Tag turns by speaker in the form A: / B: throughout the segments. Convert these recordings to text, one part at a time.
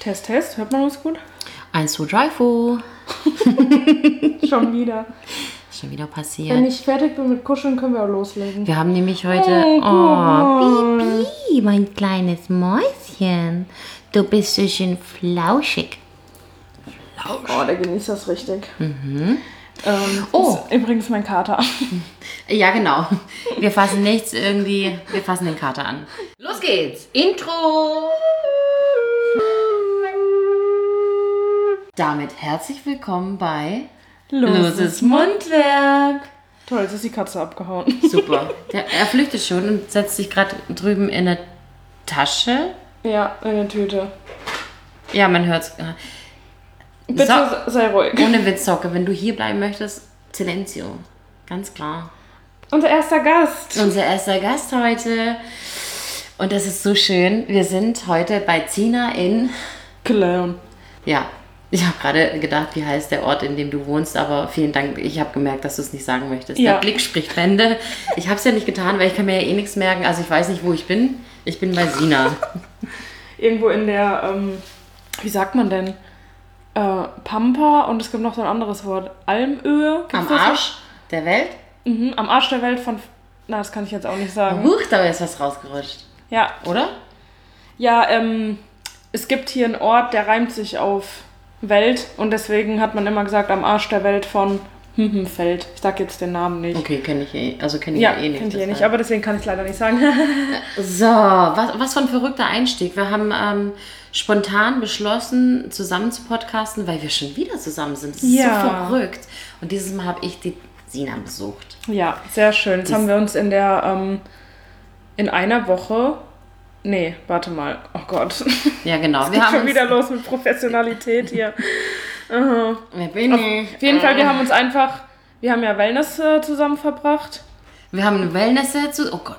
A: Test, Test, hört man uns gut?
B: 1, 2, 3, 4.
A: Schon wieder.
B: Ist schon wieder
A: Wenn
B: passiert.
A: ich fertig bin mit Kuscheln, können wir auch loslegen.
B: Wir haben nämlich heute.
A: Oh, guck
B: Oh,
A: mal.
B: Bibi, mein kleines Mäuschen. Du bist so schön flauschig.
A: Oh, der genießt das richtig. Ähm,
B: Mhm. Oh.
A: oh. Ist übrigens mein Kater.
B: Ja, genau. Wir fassen nichts irgendwie. Wir fassen den Kater an. Los geht's. Intro. Damit herzlich willkommen bei Loses Mundwerk.
A: Toll, jetzt ist die Katze abgehauen.
B: Super. Der, er flüchtet schon und setzt sich gerade drüben in eine Tasche.
A: Ja, in der Tüte.
B: Ja, man hört's.
A: Bitte
B: So.
A: se- sei ruhig.
B: Ohne Witz, Socke, wenn du hier bleiben möchtest, Silencio. Ganz klar.
A: Unser erster Gast.
B: Unser erster Gast heute. Und das ist so schön. Wir sind heute bei Zina in.
A: Clown.
B: Ja, ich habe gerade gedacht, wie heißt der Ort, in dem du wohnst, aber vielen Dank. Ich habe gemerkt, dass du es nicht sagen möchtest.
A: Ja.
B: Der Blick spricht Bände. Ich habe es ja nicht getan, weil ich kann mir ja eh nichts merken. Also ich weiß nicht, wo ich bin. Ich bin bei Sina.
A: Irgendwo in der, ähm, wie sagt man denn? Äh, Pampa und es gibt noch so ein anderes Wort. Almöhe. Gibt's
B: Am
A: das?
B: Arsch der Welt.
A: Mhm, am Arsch der Welt von. Na, das kann ich jetzt auch nicht sagen.
B: Huch, da ist was rausgerutscht.
A: Ja,
B: Oder?
A: Ja, ähm, es gibt hier einen Ort, der reimt sich auf Welt und deswegen hat man immer gesagt, am Arsch der Welt von Feld. Ich sag jetzt den Namen nicht.
B: Okay, kenne ich eh. Also kenne ich
A: Ja,
B: ja, eh nicht.
A: kennt ihr
B: deshalb.
A: nicht, aber deswegen kann ich leider nicht sagen.
B: So, was, was für ein verrückter Einstieg. Wir haben ähm, spontan beschlossen, zusammen zu podcasten, weil wir schon wieder zusammen sind. Das ist
A: Ja.
B: so verrückt. Und dieses Mal habe ich die Sina besucht.
A: ja, sehr schön. Jetzt haben wir uns in der, ähm, in einer Woche. Nee, warte mal. Oh Gott.
B: Ja, genau.
A: Geht
B: wir haben
A: schon
B: uns-
A: wieder los mit Professionalität hier.
B: Wer bin ich?
A: Auf jeden Fall,
B: Ah.
A: wir haben uns einfach. Wir haben ja Wellness äh, zusammen verbracht.
B: Wir haben eine Wellness zu. Oh Gott.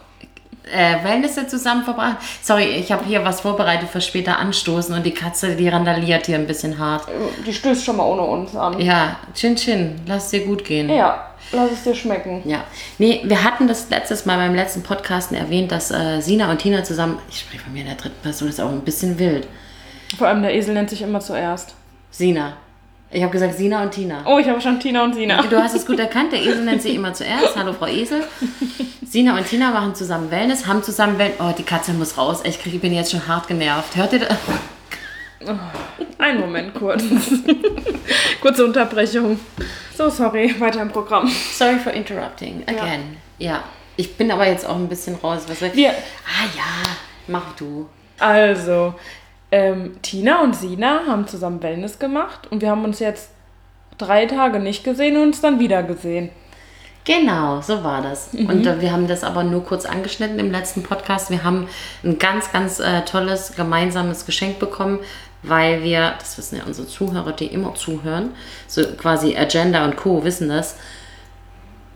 B: Äh, Wellness zusammen verbracht. Sorry, ich habe hier was vorbereitet für später anstoßen und die Katze, die randaliert hier ein bisschen hart.
A: Die stößt schon mal ohne uns an.
B: Ja, Chin Chin, lass dir gut gehen.
A: Ja, lass es dir schmecken.
B: Ja, nee, wir hatten das letztes Mal beim letzten Podcast erwähnt, dass äh, Sina und Tina zusammen, ich spreche von mir in der dritten Person, ist auch ein bisschen wild.
A: Vor allem der Esel nennt sich immer zuerst.
B: Sina. Ich habe gesagt Sina und Tina.
A: Oh, ich habe schon Tina und Sina.
B: Du hast es gut erkannt, der Esel nennt sie immer zuerst. Hallo Frau Esel. Sina und Tina machen zusammen Wellness, haben zusammen Wellness. Oh, die Katze muss raus. Ich krieg, ich bin jetzt schon hart genervt. Hört ihr das?
A: Einen Moment kurz. Kurze Unterbrechung. So, sorry, weiter im Programm.
B: Sorry for interrupting again. Ja. Ich bin aber jetzt auch ein bisschen raus. Was soll
A: Wir,
B: Ah ja, mach du.
A: also, ähm, Tina und Sina haben zusammen Wellness gemacht und wir haben uns jetzt drei Tage nicht gesehen und uns dann wieder gesehen.
B: Genau, so war das.
A: Mhm.
B: Und äh, wir haben das aber nur kurz angeschnitten im letzten Podcast. Wir haben ein ganz, ganz äh, tolles gemeinsames Geschenk bekommen, weil wir, das wissen ja unsere Zuhörer, die immer zuhören, so quasi Agenda und Co. wissen das,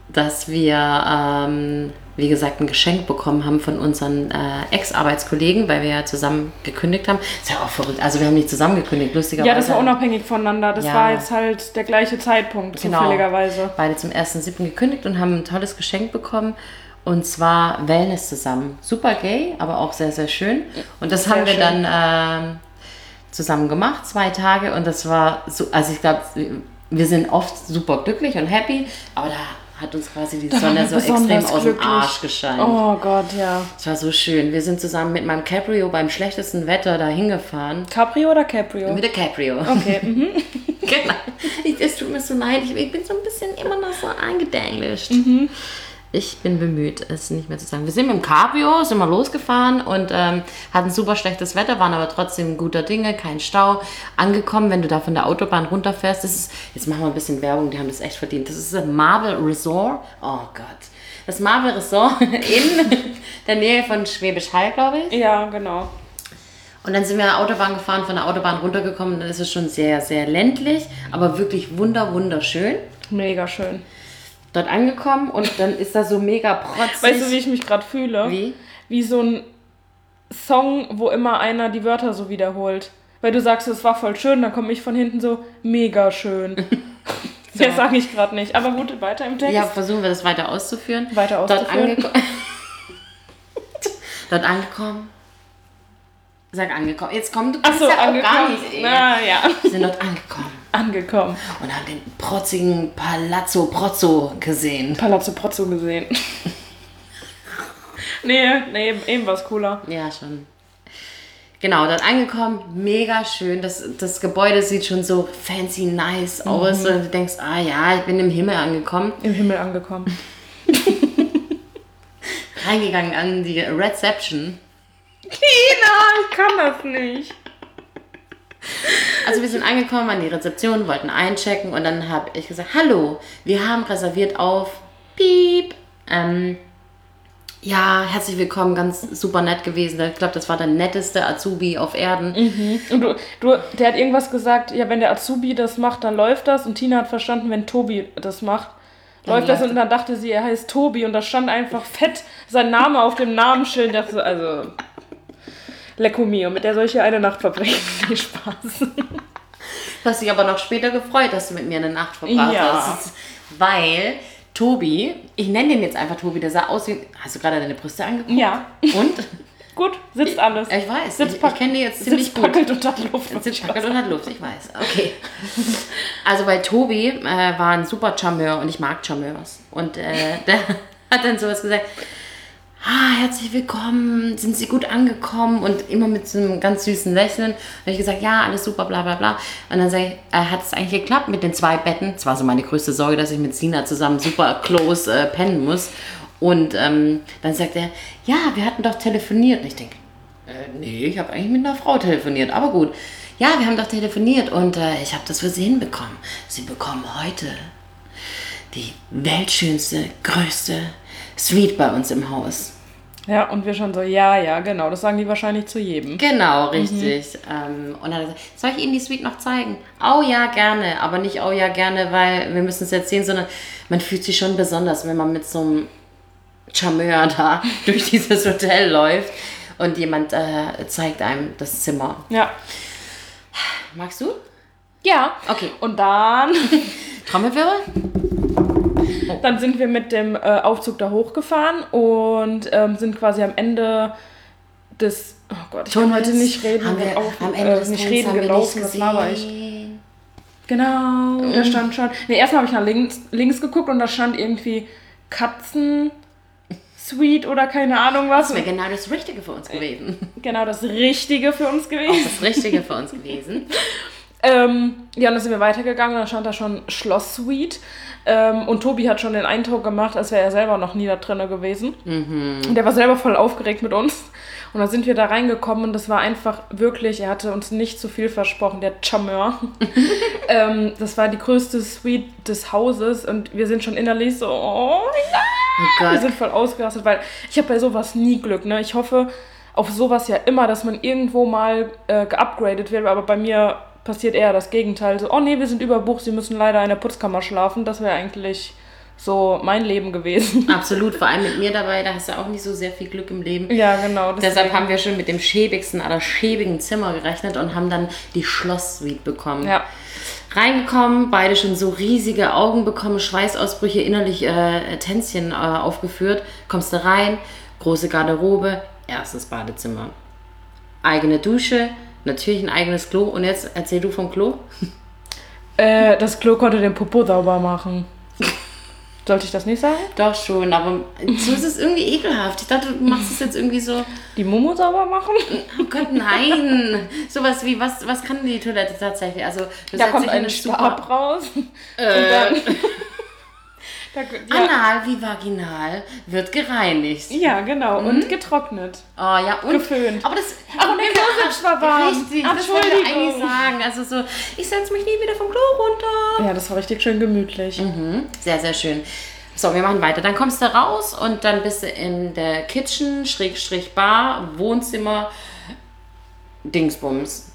B: dass wir, ähm, wie gesagt, ein Geschenk bekommen haben von unseren äh, Ex-Arbeitskollegen, weil wir ja zusammen gekündigt haben. Ist ja auch verrückt. Also wir haben nicht zusammen gekündigt, lustigerweise.
A: Ja, das war unabhängig voneinander. Das
B: Ja.
A: war jetzt halt der gleiche Zeitpunkt, zufälligerweise.
B: Genau. Beide zum 1.7. gekündigt und haben ein tolles Geschenk bekommen. Und zwar Wellness zusammen. Super gay, aber auch sehr, sehr schön. Und das haben wir
A: schön.
B: dann ähm, zusammen gemacht, zwei Tage. Und das war so, also ich glaube, wir sind oft super glücklich und happy, aber da hat uns quasi die Sonne
A: wir
B: so extrem
A: besonders
B: aus dem
A: glücklich.
B: Arsch gescheint.
A: Oh Gott, ja.
B: Das war so schön. Wir sind zusammen mit meinem Cabrio beim schlechtesten Wetter da hingefahren.
A: Caprio oder Caprio?
B: Mit der Cabrio.
A: Okay, mhm.
B: Genau. Ich, es tut mir so leid, ich, ich bin so ein bisschen immer noch so eingedenglischt. Ich bin bemüht, es nicht mehr zu sagen. Wir sind mit dem Cabrio, sind mal losgefahren und ähm, hatten super schlechtes Wetter, waren aber trotzdem guter Dinge, kein Stau. Angekommen, wenn du da von der Autobahn runterfährst, das ist, jetzt machen wir ein bisschen Werbung, die haben das echt verdient. Das ist das Marvel Resort. Oh Gott. Das Marvel Resort in der Nähe von Schwäbisch Hall, glaube ich.
A: ja, genau.
B: Und dann sind wir Autobahn gefahren, von der Autobahn runtergekommen. Dann ist es schon sehr, sehr ländlich, aber wirklich wunder, wunderschön.
A: Mega schön.
B: Dort angekommen und dann ist da so mega protzig.
A: Weißt du, wie ich mich gerade fühle?
B: Wie?
A: Wie so ein Song, wo immer einer die Wörter so wiederholt. Weil du sagst, es war voll schön, dann komme ich von hinten so, mega schön. Mehr sage ich gerade nicht. Aber gut, weiter im Text.
B: Ja, versuchen wir das weiter auszuführen.
A: Weiter auszuführen.
B: Dort, angeko Dort angekommen Sag angekommen. Jetzt komm, du
A: Ach
B: kannst
A: so,
B: ja auch gar
A: angekommen.
B: nicht. eh. Ey.
A: Na ja,
B: Wir sind dort angekommen
A: angekommen.
B: und haben den protzigen Palazzo Prozzo gesehen.
A: Palazzo Prozzo gesehen. nee, nee, eben, eben was cooler.
B: Ja, schon. Genau, dort angekommen, mega schön. Das, das Gebäude sieht schon so fancy nice aus. Und du denkst, ah ja, ich bin im Himmel angekommen.
A: Im Himmel angekommen.
B: Reingegangen an die Reception.
A: Tina, ich kann das nicht.
B: Also wir sind angekommen an die Rezeption, wollten einchecken und dann habe ich gesagt, hallo, wir haben reserviert auf Piep. Ähm, ja, herzlich willkommen, ganz super nett gewesen. Ich glaube, das war der netteste Azubi auf Erden.
A: Und du, du, der hat irgendwas gesagt, ja, wenn der Azubi das macht, dann läuft das. Und Tina hat verstanden, wenn Tobi das macht, läuft das.
B: läuft
A: Und dann dachte sie, er heißt Tobi. Und da stand einfach fett sein Name auf dem Namensschild. Ich dachte so, also, Lecco mio, mit der soll ich ja eine Nacht verbringen. Viel Spaß.
B: Du hast dich aber noch später gefreut, dass du mit mir eine Nacht verbracht
A: Ja.
B: hast. Weil Tobi, ich nenne den jetzt einfach Tobi, der sah aus wie... Hast du gerade deine Brüste angeguckt?
A: Ja,
B: Und?
A: gut, sitzt alles.
B: Ja, ich weiß, ich,
A: Sitzpack-
B: ich kenne den jetzt Äh, ziemlich
A: Sitzt
B: gut.
A: packelt Oh unter die Luft.
B: Sind Schackel und hat Luft, ich weiß. Okay. Also bei Tobi äh, war ein super Charmeur und ich mag Charmeurs. Und äh, der hat dann sowas gesagt. Ah, herzlich willkommen, sind Sie gut angekommen? Und immer mit so einem ganz süßen Lächeln. Und ich gesagt, ja, alles super, bla bla bla. Und dann sage ich, äh, hat es eigentlich geklappt mit den zwei Betten? Es war so meine größte Sorge, dass ich mit Sina zusammen super close äh, pennen muss. Und ähm, dann sagt er, ja, wir hatten doch telefoniert. Und ich denke, äh, nee, ich habe eigentlich mit einer Frau telefoniert, aber gut. Ja, wir haben doch telefoniert und äh, ich habe das für Sie hinbekommen. Sie bekommen heute die weltschönste, größte Suite bei uns im Haus.
A: Ja, und wir schon so, ja, ja, genau. Das sagen die wahrscheinlich zu jedem.
B: Genau, richtig. Ähm, und dann hat er gesagt, soll ich Ihnen die Suite noch zeigen? Oh ja, gerne. Aber nicht oh ja, gerne, weil wir müssen es jetzt sehen, sondern man fühlt sich schon besonders, wenn man mit so einem Charmeur da durch dieses Hotel läuft und jemand äh, zeigt einem das Zimmer.
A: Ja.
B: Magst du?
A: Ja.
B: Okay.
A: Und dann,
B: Trommelwirbel?
A: dann sind wir mit dem äh, Aufzug da hochgefahren und ähm, sind quasi am Ende des. Oh Gott, ich kann heute nicht reden.
B: Haben wir
A: auch,
B: am Ende
A: äh,
B: des
A: nicht
B: Tunnels
A: reden
B: haben
A: gelaufen,
B: wir
A: das
B: nicht
A: laber ich.
B: gesehen.
A: Genau, da stand schon. Ne, erstmal habe ich nach links, links geguckt und da stand irgendwie Katzen. Sweet oder keine Ahnung was.
B: Das wäre genau das Richtige für uns gewesen.
A: Genau das Richtige für uns gewesen.
B: Das Richtige für uns gewesen.
A: Ähm, ja, und dann sind wir weitergegangen, dann stand da schon Schloss Suite. Ähm, und Tobi hat schon den Eindruck gemacht, als wäre er selber noch nie da drinne gewesen. Und der war selber voll aufgeregt mit uns. Und dann sind wir da reingekommen und das war einfach wirklich, er hatte uns nicht zu viel versprochen, der Charmeur. ähm, das war die größte Suite des Hauses und wir sind schon innerlich so, oh ja,
B: Oh
A: wir
B: Gott.
A: sind voll ausgerastet, weil ich habe bei sowas nie Glück. Ne? Ich hoffe auf sowas ja immer, dass man irgendwo mal äh, geupgradet wird, aber bei mir passiert eher das Gegenteil. So, oh nee, wir sind überbucht, sie müssen leider in der Putzkammer schlafen. Das wäre eigentlich so mein Leben gewesen.
B: Absolut, vor allem mit mir dabei, da hast du auch nicht so sehr viel Glück im Leben.
A: ja, genau.
B: Deshalb haben wir schon mit dem schäbigsten aller schäbigen Zimmer gerechnet und haben dann die Schlosssuite bekommen.
A: ja.
B: Reingekommen, beide schon so riesige Augen bekommen, Schweißausbrüche, innerlich äh, Tänzchen äh, aufgeführt. Kommst du rein, große Garderobe, erstes Badezimmer. Eigene Dusche, natürlich ein eigenes Klo. Und jetzt erzähl du vom Klo.
A: Äh, das Klo konnte den Popo sauber machen. Sollte ich das nicht sagen?
B: Doch schon, aber so ist es irgendwie ekelhaft. Ich dachte, du machst es jetzt irgendwie so.
A: Die Mumu sauber machen?
B: Oh Gott, nein! Sowas wie, was, was kann die Toilette tatsächlich? Also, du
A: Da
B: setzt
A: kommt
B: dich in
A: ein
B: eine
A: Stab raus.
B: Äh.
A: Und dann, da, ja,
B: Anal wie vaginal wird gereinigt.
A: ja, genau.
B: Mhm.
A: Und getrocknet.
B: Oh ja, und.
A: Geföhnt.
B: Aber das.
A: Aber der Klositsch war warm.
B: Richtig, das wollte ich eigentlich sagen. Also so, ich setze mich nie wieder vom Klo runter.
A: Ja, das war richtig schön gemütlich.
B: Sehr, sehr schön. So, wir machen weiter. Dann kommst du raus und dann bist du in der Kitchen, Schrägstrich Bar, Wohnzimmer, Dingsbums.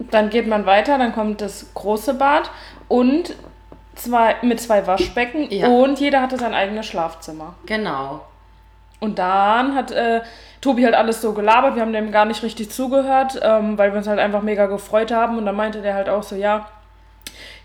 A: Dann geht man weiter, dann kommt das große Bad und zwei, mit zwei Waschbecken
B: Ja.
A: und jeder hatte sein eigenes Schlafzimmer.
B: Genau.
A: Und dann hat äh, Tobi halt alles so gelabert, wir haben dem gar nicht richtig zugehört, ähm, weil wir uns halt einfach mega gefreut haben. Und dann meinte der halt auch so, ja, äh,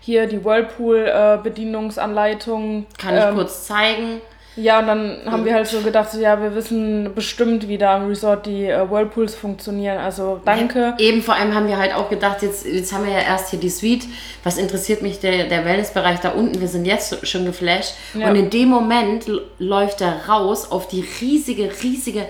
A: hier die Whirlpool-Bedienungsanleitung.
B: Kann ich kurz zeigen.
A: ähm, Ja, und dann haben wir halt so gedacht, so, ja, wir wissen bestimmt, wie da im Resort die äh, Whirlpools funktionieren. Also danke.
B: Eben vor allem haben wir halt auch gedacht, jetzt, jetzt haben wir ja erst hier die Suite. Was interessiert mich der, der Wellnessbereich da unten? Wir sind jetzt schon geflasht.
A: Ja.
B: Und in dem Moment l- läuft er raus auf die riesige, riesige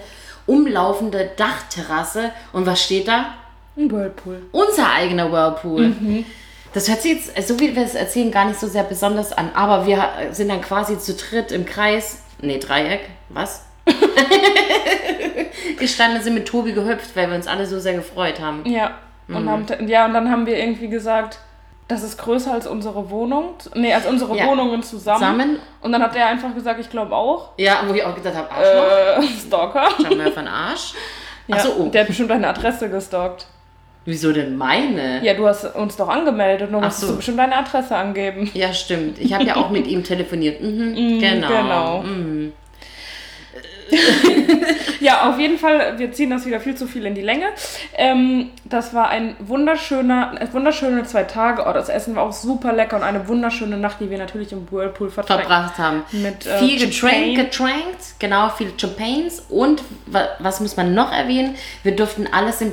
B: umlaufende Dachterrasse. Und was steht da?
A: Ein Whirlpool.
B: Unser eigener Whirlpool.
A: Mhm.
B: Das hört sich jetzt, äh, so wie wir es erzählen, gar nicht so sehr besonders an. Aber wir äh, sind dann quasi zu dritt im Kreis. Nee, Dreieck. Was? Gestanden sind mit Tobi gehüpft, weil wir uns alle so sehr gefreut haben.
A: Ja.
B: Mhm.
A: Und, haben, t- ja, und dann haben wir irgendwie gesagt, das ist größer als unsere Wohnung. Nee, als unsere
B: Ja.
A: Wohnungen zusammen.
B: Zusammen?
A: Und dann hat er einfach gesagt, ich glaube auch.
B: Ja, wo ich auch gedacht habe, Arschloch.
A: Äh, Stalker.
B: Äh. Schauen wir auf den Arsch.
A: Ja,
B: Achso, oh.
A: Der hat bestimmt deine Adresse gestalkt.
B: Wieso denn meine?
A: Ja, du hast uns doch angemeldet, nur musstest
B: so.
A: du bestimmt deine Adresse angeben.
B: Ja, stimmt. Ich habe ja auch mit ihm telefoniert. Mhm, genau.
A: genau.
B: Mhm.
A: Ja, auf jeden Fall, wir ziehen das wieder viel zu viel in die Länge. Ähm, das war ein wunderschöner, äh, wunderschöne zwei Tage. Oh, das Essen war auch super lecker und eine wunderschöne Nacht, die wir natürlich im Whirlpool verbracht haben.
B: Verbracht haben.
A: Mit, äh,
B: viel
A: Champagne.
B: getränkt, getränkt, genau, viel Champagnes. Und wa was muss man noch erwähnen? Wir durften alles im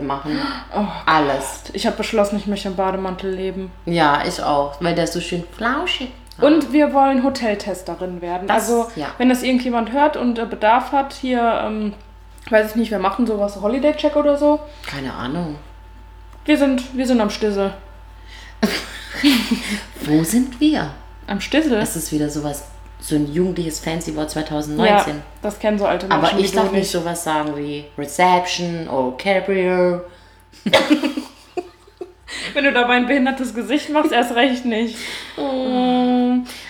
B: machen.
A: Oh
B: alles.
A: Ich habe beschlossen, ich möchte im Bademantel leben.
B: Ja, ich auch, weil der ist so schön flauschig.
A: Und wir wollen Hoteltesterin werden.
B: Das-
A: also,
B: ja.
A: wenn das irgendjemand hört und äh, Bedarf hat, hier, ähm, weiß ich nicht, wir machen sowas, Holiday Check oder so.
B: Keine Ahnung.
A: Wir sind, wir sind am Stissel.
B: Wo sind wir?
A: Am Stissel?
B: Das ist wieder sowas, so ein jugendliches Fancy-Wort
A: ja,
B: 2019.
A: das kennen so alte Menschen.
B: Aber ich
A: wie
B: darf
A: du
B: nicht sowas sagen wie Reception oder Carrier.
A: Wenn du dabei ein behindertes Gesicht machst, erst recht nicht.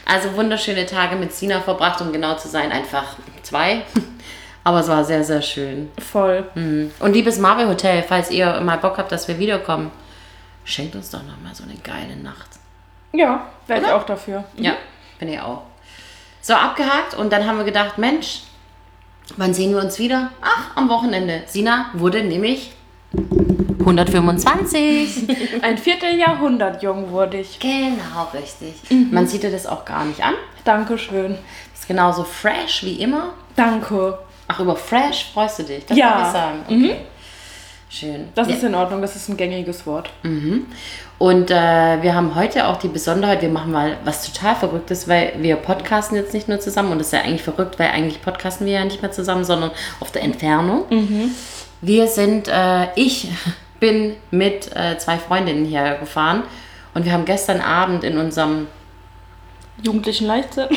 B: Also wunderschöne Tage mit Sina verbracht, um genau zu sein, einfach zwei. Aber es war sehr, sehr schön.
A: Voll.
B: Und liebes Marvel Hotel, falls ihr mal Bock habt, dass wir wiederkommen, schenkt uns doch nochmal so eine geile Nacht.
A: Ja, wäre ich
B: Oder?
A: auch dafür.
B: Ja, bin ich auch. So, abgehakt und dann haben wir gedacht, Mensch, wann sehen wir uns wieder? Ach, am Wochenende. Sina wurde nämlich 125.
A: Ein Vierteljahrhundert jung wurde ich.
B: Genau, richtig.
A: Mhm.
B: Man sieht dir das auch gar nicht an.
A: Dankeschön.
B: Ist genauso fresh wie immer.
A: Danke.
B: Ach, über fresh freust du dich? Das
A: Ja. Mhm.
B: darf ich sagen. Okay. Schön.
A: Das
B: Ja.
A: ist in Ordnung, das ist ein gängiges Wort.
B: Und äh, wir haben heute auch die Besonderheit, wir machen mal was total Verrücktes, weil wir podcasten jetzt nicht nur zusammen und das ist ja eigentlich verrückt, weil eigentlich podcasten wir ja nicht mehr zusammen, sondern auf der Entfernung.
A: Mhm.
B: Wir sind, äh, ich bin mit äh, zwei Freundinnen hierher gefahren und wir haben gestern Abend in unserem,
A: Jugendlichen Leichtsinn.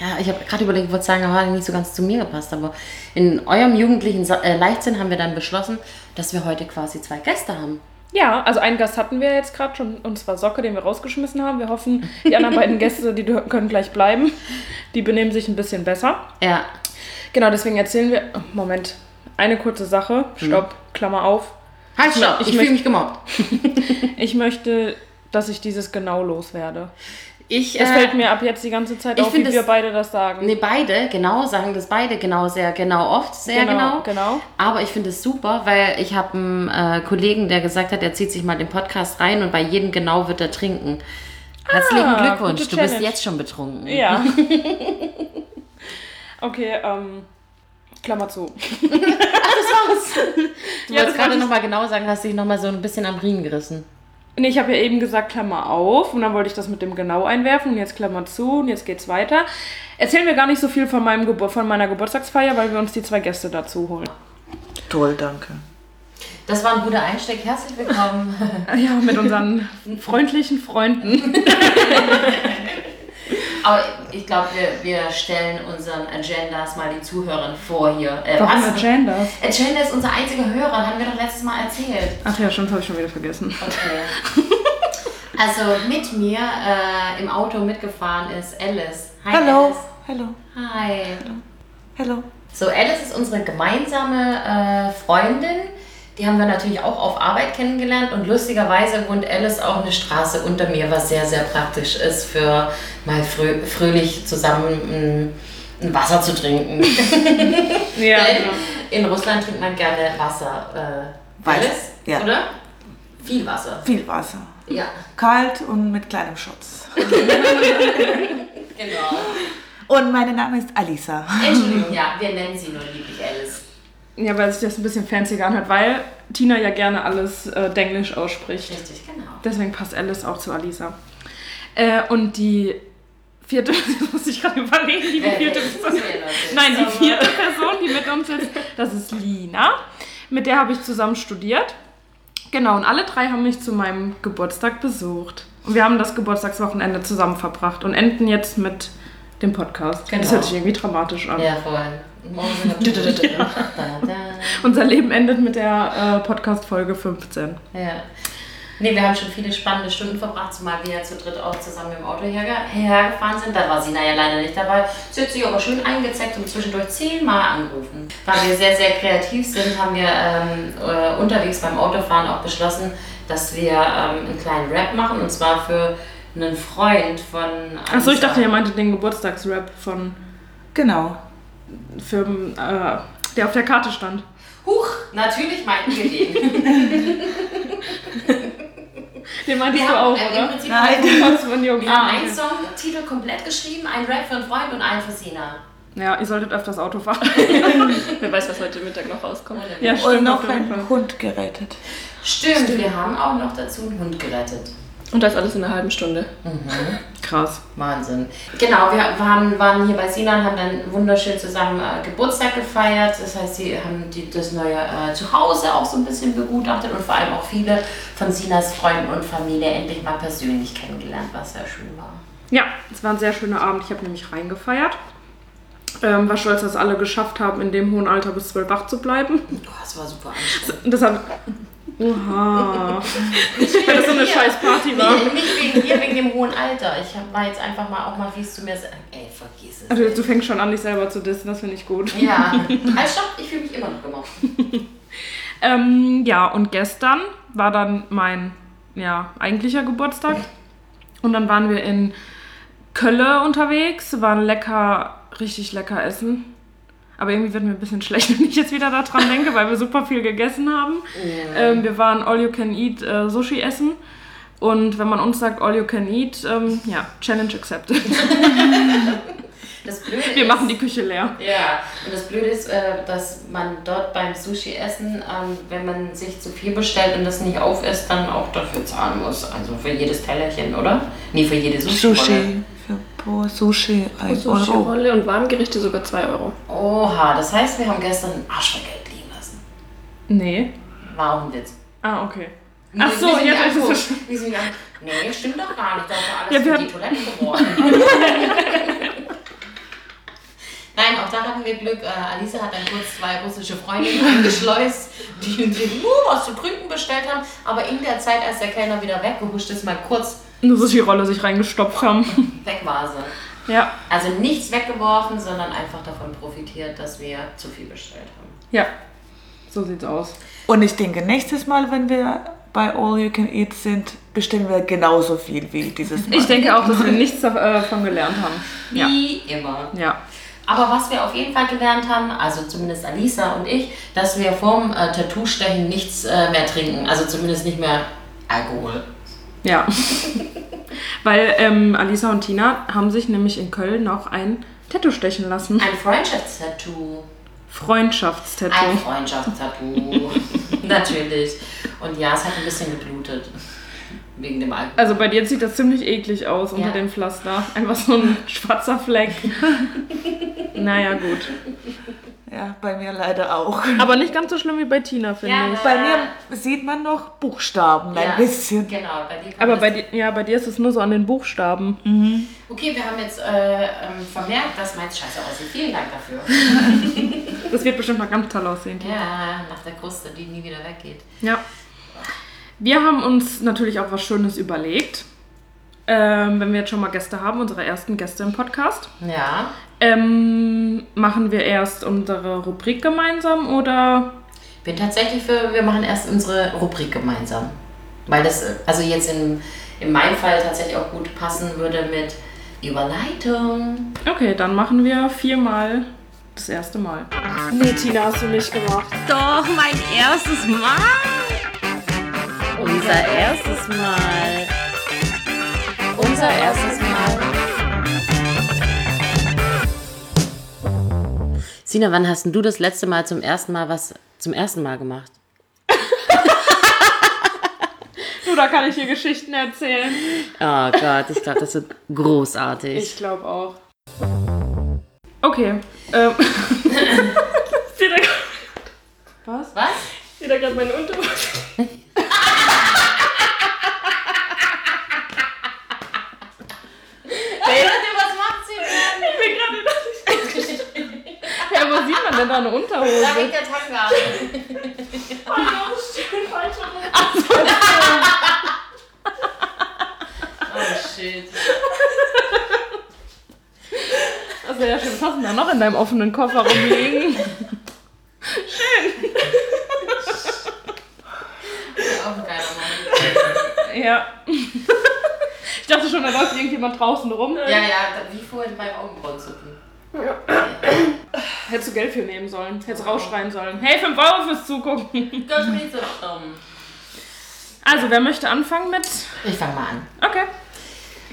B: ja, ich habe gerade überlegt, ich wollte sagen, aber hat nicht so ganz zu mir gepasst, aber in eurem jugendlichen Sa äh, Leichtsinn haben wir dann beschlossen, dass wir heute quasi zwei Gäste haben.
A: Ja, also einen Gast hatten wir jetzt gerade schon, und zwar Socke, den wir rausgeschmissen haben. Wir hoffen, die anderen beiden Gäste, die dür- können gleich bleiben. Die benehmen sich ein bisschen besser.
B: Ja,
A: Genau, deswegen erzählen wir. oh, Moment, eine kurze Sache. Stopp, Klammer auf.
B: halt, stopp, ich,
A: ich
B: ich fühle
A: möcht-
B: mich gemobbt.
A: Ich möchte, dass ich dieses genau loswerde.
B: Ich,
A: Das
B: äh,
A: fällt mir ab jetzt die ganze Zeit
B: ich
A: auf, wie
B: find
A: wir
B: es-
A: beide das sagen.
B: Nee, beide, genau, sagen das beide genau sehr, genau oft, sehr
A: Genau,
B: genau.
A: genau.
B: Aber ich finde es super, weil ich habe einen äh, Kollegen, der gesagt hat, er zieht sich mal den Podcast rein und bei jedem genau wird er trinken. Herzlichen Glückwunsch,
A: Ah, gute
B: du bist
A: Challenge.
B: jetzt schon betrunken.
A: Ja. okay, ähm, Klammer zu. Ja, das
B: Du wolltest gerade
A: wollte ich-
B: nochmal genau sagen, hast dich nochmal so ein bisschen am Riemen gerissen.
A: Nee, ich habe ja eben gesagt, Klammer auf und dann wollte ich das mit dem genau einwerfen und jetzt Klammer zu und jetzt geht's weiter. Erzählen wir gar nicht so viel von, meinem Gebur von meiner Geburtstagsfeier, weil wir uns die zwei Gäste dazu holen.
C: Toll, danke.
B: Das war ein guter Einstieg, herzlich willkommen.
A: Ja, mit unseren freundlichen Freunden.
B: Aber ich glaube, wir, wir stellen unseren Agendas mal die Zuhörern vor hier. Äh,
A: Warum
B: was?
A: Agendas?
B: Agenda ist unser einziger Hörer, haben wir doch letztes Mal erzählt.
A: Ach ja, schon habe ich schon wieder vergessen.
B: Okay. Also mit mir äh, im Auto mitgefahren ist Alice. Hi
C: Hallo.
B: Alice.
C: Hallo.
B: Hi.
C: Hallo.
B: So, Alice ist unsere gemeinsame äh, Freundin. Die haben wir natürlich auch auf Arbeit kennengelernt und lustigerweise wohnt Alice auch eine Straße unter mir, was sehr, sehr praktisch ist für mal frö fröhlich zusammen hm, ein, ein Wasser zu trinken.
A: Ja.
C: genau.
A: genau.
B: In Russland trinkt man gerne Wasser. Äh,
C: Weiß.
B: Alice,
C: Ja.
B: oder? Viel Wasser.
C: Viel Wasser.
B: Ja.
C: Kalt und mit kleinem Schutz.
B: Genau.
C: Und mein Name ist Alisa.
B: Entschuldigung, ja, wir nennen sie nur lieblich Alice.
A: Ja, weil sich das ein bisschen fancy anhört, weil Tina ja gerne alles äh, Denglisch ausspricht.
B: Richtig, genau.
A: Deswegen passt Alice auch zu Alisa. Äh, und die vierte, das muss ich gerade überlegen, die
B: Äh,
A: vierte
B: jetzt
A: Person.
B: ist mir das
A: Nein, die
B: jetzt aber-
A: vierte Person, die mit uns sitzt, das ist Lina. Mit der habe ich zusammen studiert. Genau, und alle drei haben mich zu meinem Geburtstag besucht. Und wir haben das Geburtstagswochenende zusammen verbracht und enden jetzt mit dem Podcast.
B: Genau.
A: Das hört sich irgendwie dramatisch an.
B: Ja, voll. Morgen.
A: Unser Leben endet mit der äh, Podcast-Folge 15.
B: Ja. Nee, wir haben schon viele spannende Stunden verbracht, zumal wir ja zu dritt auch zusammen im Auto herge- hergefahren sind. Da war Sina ja leider nicht dabei. Sie hat sich aber schön eingezeckt und zwischendurch zehnmal angerufen. Weil wir sehr, sehr kreativ sind, haben wir ähm, äh, unterwegs beim Autofahren auch beschlossen, dass wir ähm, einen kleinen Rap machen und zwar für einen Freund von.
A: Achso, ich
B: Anissa.
A: dachte, ihr meinte den Geburtstagsrap von
C: Genau.
A: Firmen, äh, der auf der Karte stand.
B: Huch, natürlich meinten wir den.
A: Den meintest
B: Wir
A: du
B: haben
A: auch,
B: äh, im
A: oder?
B: Prinzip
C: Nein.
A: Was von Ah, Jungen.
B: Wir haben einen Songtitel komplett geschrieben, einen Rap für einen Freund und einen für Sina.
A: Ja, ihr solltet öfters Auto fahren.
D: Wer weiß, was heute Mittag noch rauskommt.
A: Ja,
C: Und
A: stimmt
C: noch
A: auf jeden Fall.
C: einen Hund gerettet.
B: Stimmt, wir haben auch noch dazu einen Hund gerettet.
D: Und das alles in einer halben Stunde.
A: Krass.
B: Wahnsinn. Genau, wir waren, waren hier bei Sinan, haben dann wunderschön zusammen äh, Geburtstag gefeiert. Das heißt, sie haben die, das neue äh, Zuhause auch so ein bisschen begutachtet und vor allem auch viele von Sinas Freunden und Familie endlich mal persönlich kennengelernt, was sehr schön war.
A: Ja, es war ein sehr schöner Abend. Ich habe nämlich reingefeiert. Ähm, war stolz, dass alle geschafft haben, in dem hohen Alter bis 12 wach zu bleiben.
B: Oh, es war super anstrengend.
A: Und Das hat. Oha. Weil das so eine scheiß Party war.
B: Nee, nicht wegen dir, wegen dem hohen Alter. Ich hab mal jetzt einfach mal auch mal, wie es zu mir sagt. Ey, vergiss es.
A: Also, du fängst schon an, dich selber zu dissen. Das finde ich gut.
B: Ja, halt stopp, ich fühle mich immer noch gemobbt.
A: Ähm, ja, und gestern war dann mein ja, eigentlicher Geburtstag. Und dann waren wir in Kölle unterwegs, waren lecker, richtig lecker essen. Aber irgendwie wird mir ein bisschen schlecht, wenn ich jetzt wieder daran denke, weil wir super viel gegessen haben. Ähm, wir waren All You Can Eat äh, Sushi essen. Und wenn man uns sagt All You Can Eat, ähm, ja, Challenge accepted.
B: Das Blöde
A: Wir
B: ist,
A: machen die Küche leer.
B: Ja, und das Blöde ist, äh, dass man dort beim Sushi-Essen, ähm, wenn man sich zu viel bestellt und das nicht aufisst, dann auch dafür zahlen muss. Also für jedes Tellerchen, oder? Nee, für jede sushi
C: Sushi. Für pro Sushi
D: Oh,
C: 1 Euro.
D: Sushi-Rolle und Warmgerichte sogar 2 Euro.
B: Oha, das heißt, wir haben gestern einen Arsch für Geld liegen lassen.
A: Nee.
B: War auch ein Witz.
A: Ah, okay. Ach so, jetzt habe ich das verstanden.
B: Wie sie mir anguckt. Nee, stimmt doch gar nicht. Da ist doch alles
A: Ja, wir
B: für die
A: haben-
B: Toilette geworden. Nein, auch da hatten wir Glück. Äh, Alisa hat dann kurz zwei russische Freundinnen angeschleust, die die nur was zu trinken bestellt haben. Aber in der Zeit, als der Kellner wieder weggehuscht ist, mal kurz
A: Eine Sushi-Rolle sich reingestopft haben.
B: weg war sie.
A: ja.
B: Also nichts weggeworfen, sondern einfach davon profitiert, dass wir zu viel bestellt haben.
A: Ja, so sieht's aus.
C: Und ich denke, nächstes Mal, wenn wir bei All You Can Eat sind, bestellen wir genauso viel wie dieses Mal.
A: Ich denke auch, dass wir nichts davon gelernt haben. Ja.
B: Wie immer.
A: Ja.
B: Aber was wir auf jeden Fall gelernt haben, also zumindest Alisa und ich, dass wir vorm äh, Tattoo-Stechen nichts äh, mehr trinken. Also zumindest nicht mehr Alkohol.
A: Ja. Weil ähm, Alisa und Tina haben sich nämlich in Köln noch ein Tattoo stechen lassen.
B: Ein Freundschaftstattoo. Ein
A: Freundschaftstattoo.
B: Freundschaftstattoo. Natürlich. Und ja, es hat ein bisschen geblutet. Wegen dem Alkohol.
A: Also bei dir sieht das ziemlich eklig aus unter
B: Ja.
A: dem Pflaster. Einfach so ein schwarzer Fleck. naja, gut.
C: Ja, bei mir leider auch.
A: Aber nicht ganz so schlimm wie bei Tina, finde
B: Ja.
A: ich.
C: Bei mir sieht man noch Buchstaben
B: ja,
C: ein bisschen.
B: Genau, bei dir kommt
A: Aber
B: das-
A: bei dir, ja, bei dir ist es nur so an den Buchstaben.
B: Okay, wir haben jetzt äh, ähm, vermerkt, dass meins scheiße aussieht. Vielen Dank dafür.
A: Das wird bestimmt noch ganz toll aussehen.
B: ja, nach der Kruste, die nie wieder weggeht.
A: Ja. Wir haben uns natürlich auch was Schönes überlegt. Ähm, wenn wir jetzt schon mal Gäste haben, unsere ersten Gäste im Podcast.
B: Ja.
A: Ähm, machen wir erst unsere Rubrik gemeinsam oder?
B: bin tatsächlich für, wir machen erst unsere Rubrik gemeinsam. Weil das, äh, also jetzt in, in meinem Fall tatsächlich auch gut passen würde mit Überleitung.
A: Okay, dann machen wir viermal das erste Mal. Nee, Tina, hast du nicht gemacht.
B: Doch, mein erstes Mal.
D: Unser erstes Mal.
B: Unser erstes Mal. Sina, wann hast denn du das letzte Mal zum ersten Mal was zum ersten Mal gemacht?
A: Du, da kann ich hier Geschichten erzählen.
B: Oh Gott, ich glaube, das wird großartig.
A: Ich glaube auch. Okay. Ähm.
D: Ich sehe da,
A: Was?
D: ich seh da gerade meine Unterhose.
B: was macht sie?
D: Ich bin gerade in
A: Ja, wo sieht man denn da eine Unterhose?
B: der Tanga.
D: der schön falsch rum.
B: Oh shit.
A: Also ja, schön passen da noch in deinem offenen Koffer rumliegen.
B: Auch ein geiler Mann.
A: Ja. Ich dachte schon, da läuft irgendjemand draußen rum.
B: Ja, ja, wie vorhin beim Augenbrauenzucken.
A: Hättest du Geld für nehmen sollen. Hättest rausschreien sollen. Hey, 5 Euro fürs Zugucken. Also, wer möchte anfangen mit?
B: Ich fange mal an.
A: Okay.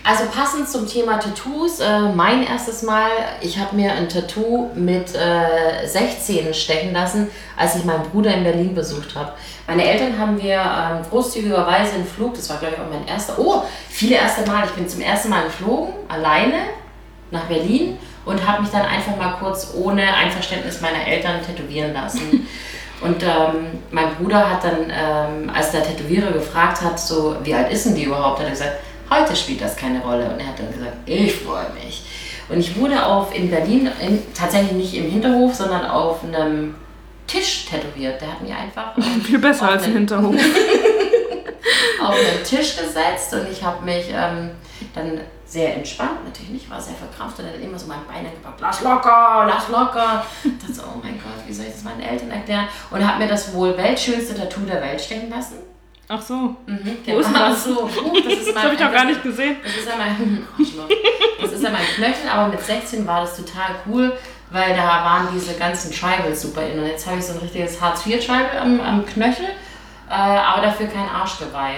B: Also passend zum Thema Tattoos, äh, mein erstes Mal, ich habe mir ein Tattoo mit äh, 16 stechen lassen, als ich meinen Bruder in Berlin besucht habe. Meine Eltern haben mir ähm, großzügigerweise einen Flug, das war glaube ich auch mein erster, oh, viele erste Mal, ich bin zum ersten Mal geflogen, alleine nach Berlin und habe mich dann einfach mal kurz ohne Einverständnis meiner Eltern tätowieren lassen. Und ähm, mein Bruder hat dann, ähm, als der Tätowierer gefragt hat, so, wie alt ist denn die überhaupt, hat er gesagt, heute spielt das keine Rolle. Und er hat dann gesagt, ich freue mich. Und ich wurde auf in Berlin, in, tatsächlich nicht im Hinterhof, sondern auf einem Tisch tätowiert. Der hat mir einfach ähm,
A: Viel besser als ein Hinterhof.
B: auf den Tisch gesetzt und ich habe mich ähm, dann sehr entspannt, natürlich nicht, war sehr verkrampft und er hat immer so meine Beine gepackt, lass locker, lass locker. Ich dachte so, oh mein Gott, wie soll ich das meinen Eltern erklären? Und habe mir das wohl weltschönste Tattoo der Welt stechen lassen.
A: Ach so.
B: Mhm,
A: Wo ist denn das?
B: So, oh, das ist
A: Das habe ich
B: mein-
A: doch gar nicht gesehen.
B: das ist ja mein, Arschloch. das ist ja mein Knöchel, aber mit 16 war das total cool, weil da waren diese ganzen Tribals super in. Und jetzt habe ich so ein richtiges Hartz-IV-Tribal am, am Knöchel, äh, aber dafür kein Arschgeweih.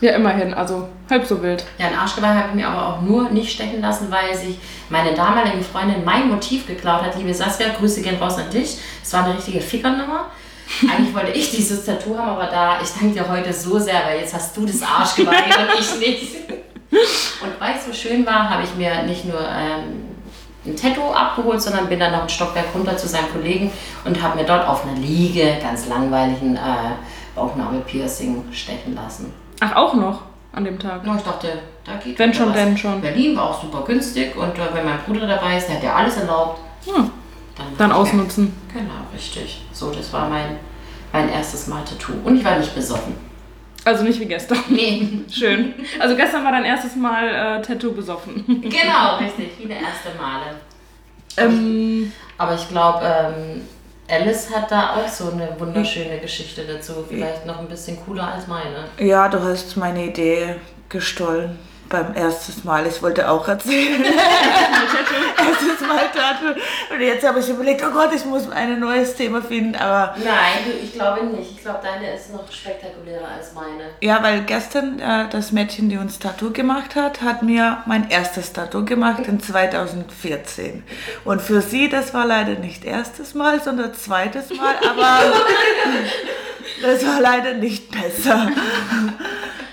A: Ja, immerhin. Also, halb so wild.
B: Ja, ein Arschgeweih habe ich mir aber auch nur nicht stechen lassen, weil sich meine damalige Freundin mein Motiv geklaut hat. Liebe Saskia, Grüße gehen raus an dich. Es war eine richtige Fickernummer. Eigentlich wollte ich dieses Tattoo haben, aber da, ich danke dir heute so sehr, weil jetzt hast du das Arschgeweih und ich nicht. Und weil es so schön war, habe ich mir nicht nur ähm, ein Tattoo abgeholt, sondern bin dann noch ein Stockwerk runter zu seinem Kollegen und habe mir dort auf einer Liege ganz langweiligen äh, Bauchnabelpiercing stechen lassen.
A: Ach, auch noch an dem Tag.
B: Ja, ich dachte, da geht
A: Wenn
B: wieder
A: schon,
B: was.
A: denn schon.
B: Berlin war auch super günstig und äh, wenn mein Bruder dabei ist, der hat ja alles erlaubt.
A: Hm.
B: Dann,
A: Dann ausnutzen.
B: Genau, richtig. So, das war mein, mein erstes Mal Tattoo. Und ich war nicht besoffen.
A: Also nicht wie gestern.
B: Nee,
A: Schön. Also gestern war dein erstes Mal äh, Tattoo besoffen.
B: genau, richtig. Viele erste Male.
A: Ähm,
B: Aber ich glaube, ähm, Alice hat da auch so eine wunderschöne Geschichte dazu. Vielleicht noch ein bisschen cooler als meine.
C: Ja, du hast meine Idee gestohlen beim ersten Mal. Ich wollte auch erzählen. erstes Mal Tattoo. Und jetzt habe ich überlegt, oh Gott, ich muss ein neues Thema finden. Aber
B: Nein, du, ich glaube nicht. Ich glaube, deine ist noch spektakulärer als meine.
C: ja, weil gestern äh, das Mädchen, die uns Tattoo gemacht hat, hat mir mein erstes Tattoo gemacht in 2014. Und für sie, das war leider nicht erstes Mal, sondern zweites Mal. Aber das war leider nicht besser.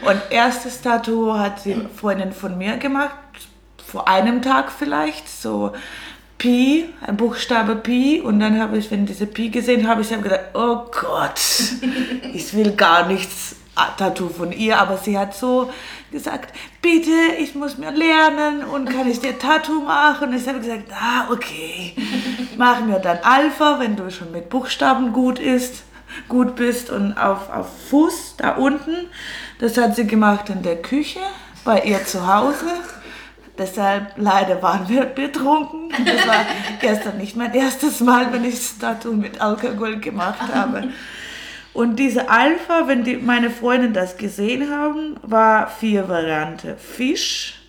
C: Und erstes Tattoo hat sie eine Freundin von mir gemacht, vor einem Tag vielleicht, so Pi, ein Buchstabe Pi. Und dann habe ich, wenn diese Pi gesehen habe, ich habe gedacht, oh Gott, ich will gar nichts ah, Tattoo von ihr. Aber sie hat so gesagt, bitte, ich muss mir lernen und kann ich dir Tattoo machen? Und ich habe gesagt, ah, okay, mach mir dann Alpha, wenn du schon mit Buchstaben gut ist gut bist und auf, auf Fuß da unten. Das hat sie gemacht in der Küche bei ihr zu Hause. Deshalb leider waren wir betrunken. Das war gestern nicht mein erstes Mal, wenn ich das Tattoo mit Alkohol gemacht habe. Und diese Alpha, wenn die, meine Freundin das gesehen haben, war vier Variante. Fisch,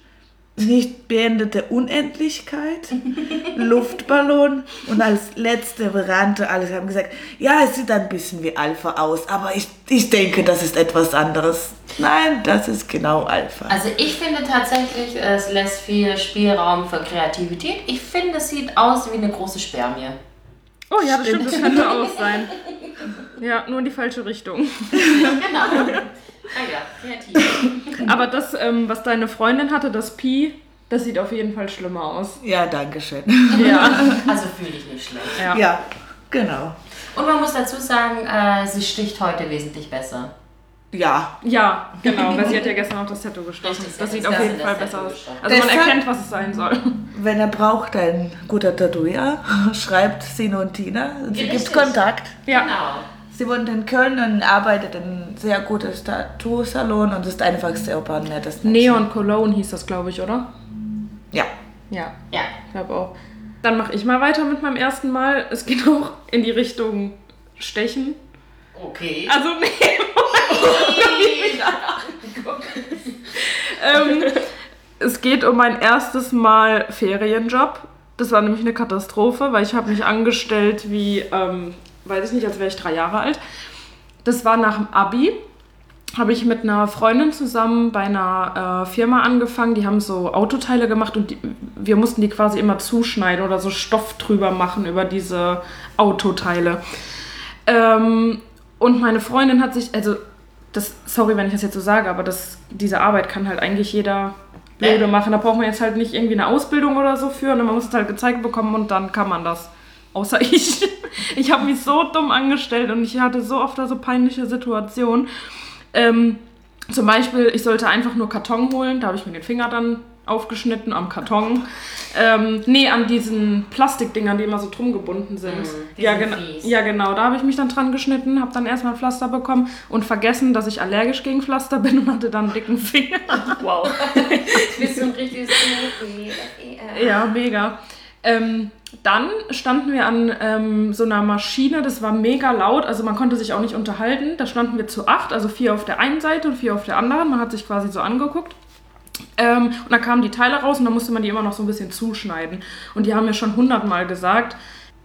C: nicht beendete Unendlichkeit, Luftballon und als letzte Variante, alle haben gesagt, ja, es sieht ein bisschen wie Alpha aus, aber ich, ich denke, das ist etwas anderes. Nein, das ist genau Alpha.
B: Also ich finde tatsächlich, es lässt viel Spielraum für Kreativität. Ich finde, es sieht aus wie eine große Spermie.
A: Oh ja, das stimmt, das könnte auch sein. Ja, nur in die falsche Richtung.
B: Genau. Ah ja, kreativ.
A: Aber das, ähm, was deine Freundin hatte, das Pi, das sieht auf jeden Fall schlimmer aus.
C: Ja, danke schön.
A: Ja.
B: Also fühle dich nicht schlecht.
A: Ja.
C: Ja, genau.
B: Und man muss dazu sagen, äh, sie sticht heute wesentlich besser.
C: Ja,
A: Ja, genau, weil sie hat ja gestern auch das Tattoo gestochen.
B: Richtig,
A: Das sieht
B: das
A: auf jeden
B: das
A: Fall
B: Tattoo
A: besser aus.
B: gestochen.
A: Also man
C: Deshalb-
A: erkennt, was es sein soll.
C: wenn er braucht, ein guter Tattooer, schreibt Sino und Tina. Sie
B: Richtig.
C: gibt Kontakt.
A: Ja.
B: Genau.
C: Sie wohnt in Köln und arbeitet in einem sehr guten Tattoo-Salon und ist einfach super nettes Mensch.
A: Neon Cologne hieß das, glaube ich, oder?
C: Ja.
A: Ja,
B: Ja.
A: ich glaube auch. Dann mache ich mal weiter mit meinem ersten Mal. Es geht auch in die Richtung Stechen.
B: Okay.
A: Also, nee. ähm, es geht um mein erstes Mal Ferienjob. Das war nämlich eine Katastrophe, weil ich habe mich angestellt wie, ähm, weiß ich nicht, als wäre ich drei Jahre alt. Das war nach dem Abi. Habe ich mit einer Freundin zusammen bei einer äh, Firma angefangen. Die haben so Autoteile gemacht und die, wir mussten die quasi immer zuschneiden oder so Stoff drüber machen über diese Autoteile. Ähm, und meine Freundin hat sich, also, das, sorry, wenn ich das jetzt so sage, aber das, diese Arbeit kann halt eigentlich jeder blöde machen. Da braucht man jetzt halt nicht irgendwie eine Ausbildung oder so für, ne? man muss es halt gezeigt bekommen und dann kann man das. Außer ich. Ich habe mich so dumm angestellt und ich hatte so oft da so peinliche Situationen. Ähm, zum Beispiel, ich sollte einfach nur Karton holen. Da habe ich mir den Finger dann aufgeschnitten am Karton. Ähm, nee, an diesen Plastikdingern, die immer so drum gebunden sind.
B: Mhm, die
A: ja,
B: sind
A: gena
B: fies.
A: ja, genau. Da habe ich mich dann dran geschnitten, habe dann erstmal Pflaster bekommen und vergessen, dass ich allergisch gegen Pflaster bin und hatte dann einen dicken Finger.
D: Wow.
B: Bist du ein richtiges
A: Ja, mega. Ähm, dann standen wir an ähm, so einer Maschine, das war mega laut, also man konnte sich auch nicht unterhalten. Da standen wir zu acht, also vier auf der einen Seite und vier auf der anderen. Man hat sich quasi so angeguckt. Ähm, und dann kamen die Teile raus und dann musste man die immer noch so ein bisschen zuschneiden. Und die haben mir schon hundertmal gesagt,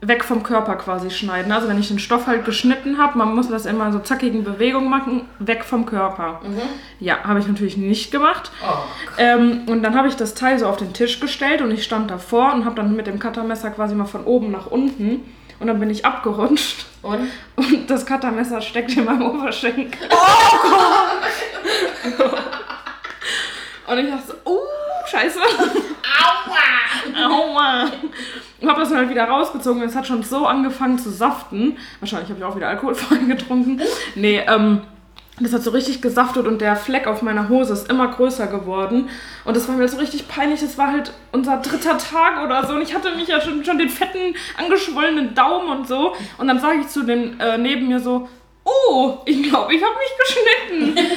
A: weg vom Körper quasi schneiden. Also wenn ich den Stoff halt geschnitten habe, man muss das immer in so zackigen Bewegungen machen, weg vom Körper. Ja, habe ich natürlich nicht gemacht.
B: Oh.
A: Ähm, und dann habe ich das Teil so auf den Tisch gestellt und ich stand davor und habe dann mit dem Cuttermesser quasi mal von oben nach unten und dann bin ich abgerutscht
B: Und?
A: und das Cuttermesser steckt in meinem Oberschenkel. und ich dachte so, uh, scheiße. Aua! Aua! Und habe das dann halt wieder rausgezogen und es hat schon so angefangen zu saften. Wahrscheinlich habe ich auch wieder Alkohol vorhin getrunken. Nee, ähm, das hat so richtig gesaftet und der Fleck auf meiner Hose ist immer größer geworden. Und das war mir so richtig peinlich. Das war halt unser dritter Tag oder so. Und ich hatte mich ja schon, schon den fetten, angeschwollenen Daumen und so. Und dann sage ich zu den äh, neben mir so, oh, ich glaube, ich habe mich geschnitten.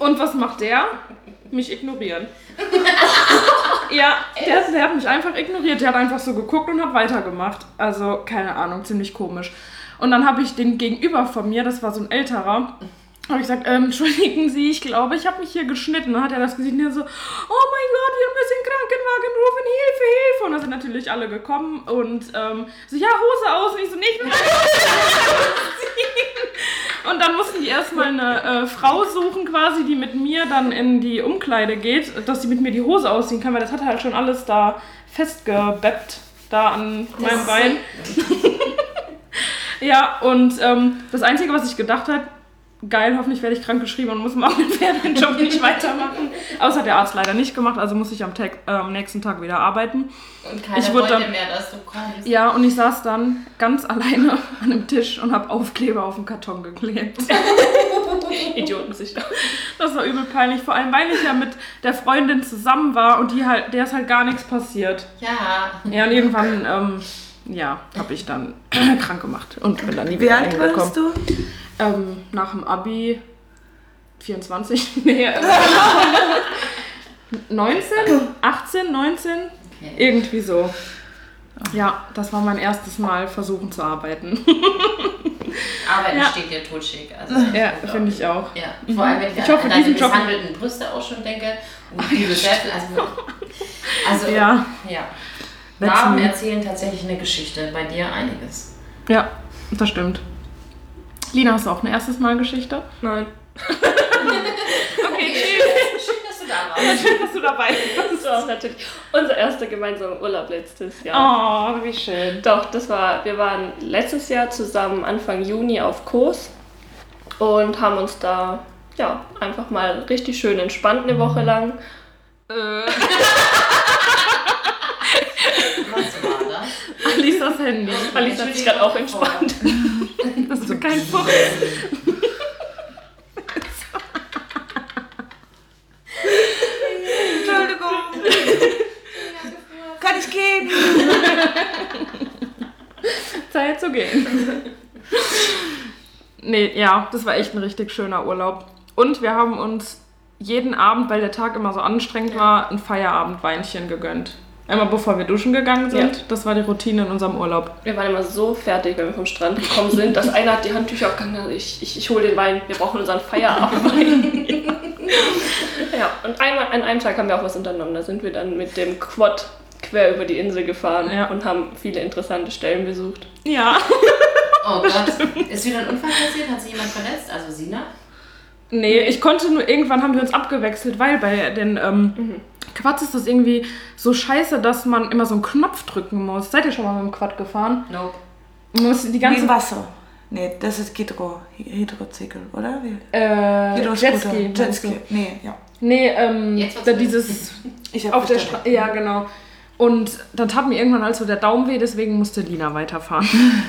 A: und was macht der? Mich ignorieren. ja, der, der hat mich einfach ignoriert. Der hat einfach so geguckt und hat weitergemacht. Also, keine Ahnung, ziemlich komisch. Und dann habe ich den gegenüber von mir, das war so ein älterer, habe ich gesagt, ähm, entschuldigen Sie, ich glaube, ich habe mich hier geschnitten. Dann hat er das Gesicht und er so, oh mein Gott, wir müssen Krankenwagen rufen, Hilfe, Hilfe. Und da sind natürlich alle gekommen und ähm, so, ja, Hose aus. Und ich so, nee, ich will meine Hose ausziehen. Und dann mussten die erstmal eine äh, Frau suchen quasi, die mit mir dann in die Umkleide geht, dass sie mit mir die Hose ausziehen kann, weil das hat halt schon alles da festgebeppt, da an meinem Bein. Ja, und ähm, das Einzige, was ich gedacht hat, geil, hoffentlich werde ich krank geschrieben und muss morgen den Job nicht weitermachen. Aber das hat der Arzt leider nicht gemacht, also muss ich am, Tag, äh, am nächsten Tag wieder arbeiten.
B: Und keiner
A: Ich wurde
B: wollte
A: dann-
B: mehr, dass du kommst.
A: Ja, und ich saß dann ganz alleine an dem Tisch und habe Aufkleber auf den Karton geklebt. Idiotensicher. Das war übel peinlich, vor allem weil ich ja mit der Freundin zusammen war und die halt, der ist halt gar nichts passiert.
B: Ja.
A: Ja, und irgendwann, ähm, ja, habe ich dann krank gemacht und bin dann nie
C: Wie
A: wieder
C: alt
A: reingekommen.
C: warst du?
A: Ähm, nach dem Abi 24? nee. äh, 19? 18, 19?
B: Okay.
A: Irgendwie so. Ja, das war mein erstes Mal versuchen zu arbeiten.
B: Arbeiten
A: Ja.
B: steht dir totschick. Also,
A: ja,
B: das
A: finde
B: ist
A: ich auch.
B: Ja, vor allem wenn ich,
A: Ich hoffe,
B: an deine
A: diesen Job-
B: misshandelten Brüste auch schon denke und die Beschäftigung, also, also
A: Ja.
B: ja.
A: Letzten-
B: Narben erzählen tatsächlich eine Geschichte, bei dir einiges.
A: Ja, das stimmt. Lina, hast du auch eine erstes Mal Geschichte?
D: Nein.
A: Okay,
B: Schön, dass du da
A: ja, schön, dass du dabei bist.
D: Das war auch natürlich unser erster gemeinsamer Urlaub letztes Jahr.
A: Oh, wie schön.
D: Doch, das war, wir waren letztes Jahr zusammen Anfang Juni auf Kos und haben uns da ja einfach mal richtig schön entspannt eine Woche lang.
B: Was war das?
A: Alisas Handy.
D: Alice hat sich gerade auch
B: Oh
D: entspannt.
A: Das ist kein Fuchs.
C: Entschuldigung. Kann ich gehen?
A: Zeit zu gehen. nee, ja, das war echt ein richtig schöner Urlaub. Und wir haben uns jeden Abend, weil der Tag immer so anstrengend war, ein Feierabendweinchen gegönnt. Einmal bevor wir duschen gegangen sind.
D: Ja.
A: Das war die Routine in unserem Urlaub.
D: Wir waren immer so fertig, wenn wir vom Strand gekommen sind, dass einer hat die Handtücher aufgehangen hat, ich, ich, ich hole den Wein, wir brauchen unseren Feierabendwein. ja, und einmal, an einem Tag haben wir auch was unternommen. Da sind wir dann mit dem Quad quer über die Insel gefahren
A: Ja.
D: und haben viele interessante Stellen besucht.
A: Ja.
B: Oh Gott. Ist wieder ein Unfall passiert? Hat sich jemand verletzt? Also Sina?
A: Nee, ich konnte nur, irgendwann haben wir uns abgewechselt, weil bei den ähm,
C: Mhm.
A: Quads ist das irgendwie so scheiße, dass man immer so einen Knopf drücken muss. Seid ihr schon mal mit dem Quad gefahren?
B: Nope.
A: Man muss die
C: Wie
A: ganze
C: Wasser. Nee, das ist Hydro, Hydrozykel, oder? Wie-
A: äh,
C: Hydroscooter.
A: Jetski. meinst du?
C: Jetski. Nee, ja.
A: Nee, ähm,
B: Jetzt wird's
A: da
B: wild.
A: dieses
C: Ich hab
A: auf der
C: verstanden.
A: Straße. Ja, genau. Und dann tat mir irgendwann also der Daumen weh, deswegen musste Lina weiterfahren.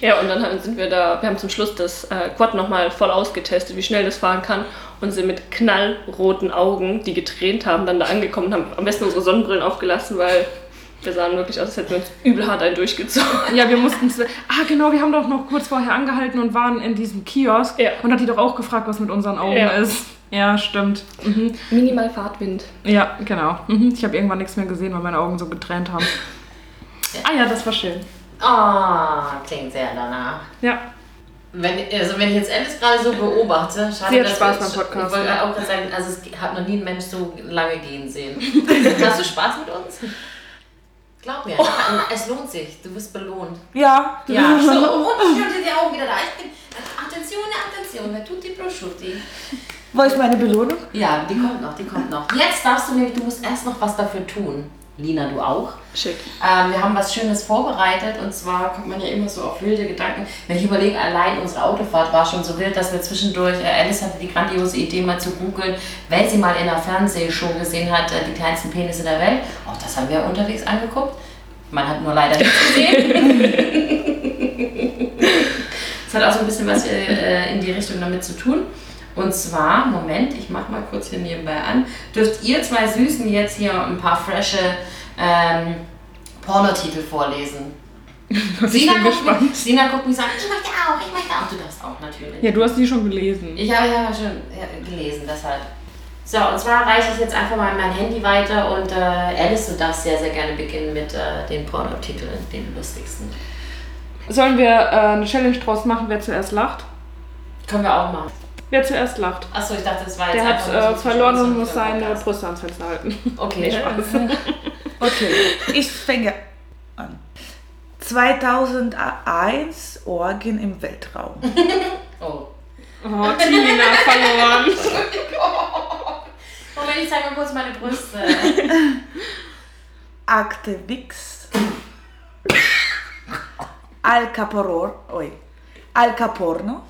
D: Ja, und dann haben- sind wir da, wir haben zum Schluss das äh, Quad nochmal voll ausgetestet, wie schnell das fahren kann und sind mit knallroten Augen, die getränt haben, dann da angekommen und haben am besten unsere Sonnenbrillen aufgelassen, weil wir sahen wirklich aus, als hätten wir uns übel hart einen durchgezogen.
A: ja, wir mussten. zu- Ah, genau, wir haben doch noch kurz vorher angehalten und waren in diesem Kiosk
D: Ja.
A: und hat die doch auch gefragt, was mit unseren Augen
D: Ja.
A: ist. Ja, stimmt. Mhm.
D: Minimal Fahrtwind.
A: Ja, genau. Mhm. Ich habe irgendwann nichts mehr gesehen, weil meine Augen so getränt haben. Ah ja, das war schön.
B: Oh, klingt sehr danach.
A: Ja.
B: Wenn, also wenn ich jetzt Alice gerade so beobachte, schade,
A: Sie hat
B: dass
A: Spaß
B: wir-
A: beim Podcast,
B: Ich wollte
A: ja.
B: auch gerade sagen, also es hat noch nie ein Mensch so lange gehen sehen. Hast du Spaß mit uns? Glaub
A: Oh.
B: mir, es lohnt sich. Du wirst belohnt.
C: Ja,
B: Ja, so, und ich hatte dir auch wieder da. Ich bin, Attenzione, attenzione, ne, tutti prosciutti.
C: wo ist meine Belohnung?
B: Ja, die kommt noch, die kommt noch. Jetzt darfst du nämlich, du musst erst noch was dafür tun. Lina, du auch.
D: Schick.
B: Ähm, wir haben was Schönes vorbereitet und zwar kommt man ja immer so auf wilde Gedanken. Wenn ich überlege, allein unsere Autofahrt war schon so wild, dass wir zwischendurch, äh, Alice hatte die grandiose Idee mal zu googeln, weil sie mal in einer Fernsehshow gesehen hat, äh, die kleinsten Penisse der Welt. Auch das haben wir unterwegs angeguckt. Man hat nur leider nichts gesehen. Es hat auch so ein bisschen was äh, in die Richtung damit zu tun. Und zwar, Moment, ich mache mal kurz hier nebenbei an, dürft ihr zwei Süßen jetzt hier ein paar frische ähm, Pornotitel vorlesen. Sina
A: bin
B: guckt,
A: gespannt.
B: mich, Sina guckt mich und sagt, ich möchte auch, ich möchte auch. Du darfst auch natürlich.
A: Ja, du hast die schon gelesen.
B: Ich habe ja schon ja, gelesen, deshalb. So, und zwar reiche ich jetzt einfach mal mein Handy weiter und äh, Alice, du darfst sehr, sehr gerne beginnen mit äh, den Pornotiteln, den lustigsten.
A: Sollen wir äh, eine Challenge draus machen, wer zuerst lacht?
B: Können wir auch machen.
A: Wer zuerst lacht.
B: Achso, ich dachte, das war jetzt
A: Der hat
B: einfach nur
A: äh,
B: so
A: verloren
B: zwischen
A: und
B: uns
A: muss seine Ah,
B: Podcast.
A: Brüste ans Fenster halten.
B: Okay, Spaß.
C: Okay, ich fange an. 2001 Orgien im Weltraum.
B: Oh.
A: Oh, Tina, verloren.
B: Moment, ich zeige mal kurz meine Brüste.
C: Akte Wix. Al Caporor, oi. Al Caporno.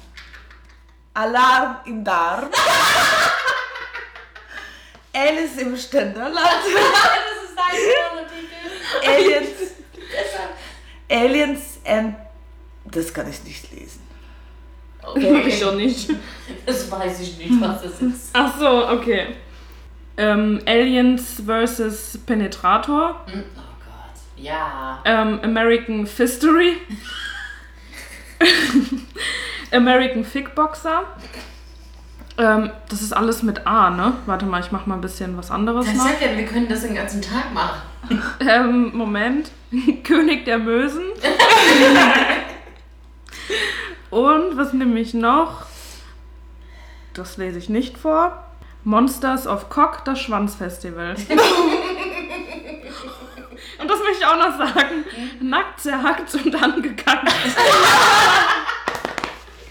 C: Alarm im Darm. Alice im Ständerland.
B: das ist dein Pornotitel.
C: Aliens. Aliens and. Das kann ich nicht lesen.
A: Mach ich doch nicht.
B: Das weiß ich nicht, was das ist.
A: Ach so, okay. Ähm, Aliens vs. Penetrator.
B: Hm, Oh Gott. Ja.
A: Ähm, American Fistory. American Fickboxer. Ähm, das ist alles mit A, ne? Warte mal, ich mach mal ein bisschen was anderes
B: Ich
A: noch.
B: sag ja, wir können das den ganzen Tag machen.
A: Ähm, Moment. König der Mösen. Und was nehme ich noch? Das lese ich nicht vor. Monsters of Cock, das Schwanzfestival. und das möchte ich auch noch sagen. Nackt, zerhackt und angekackt.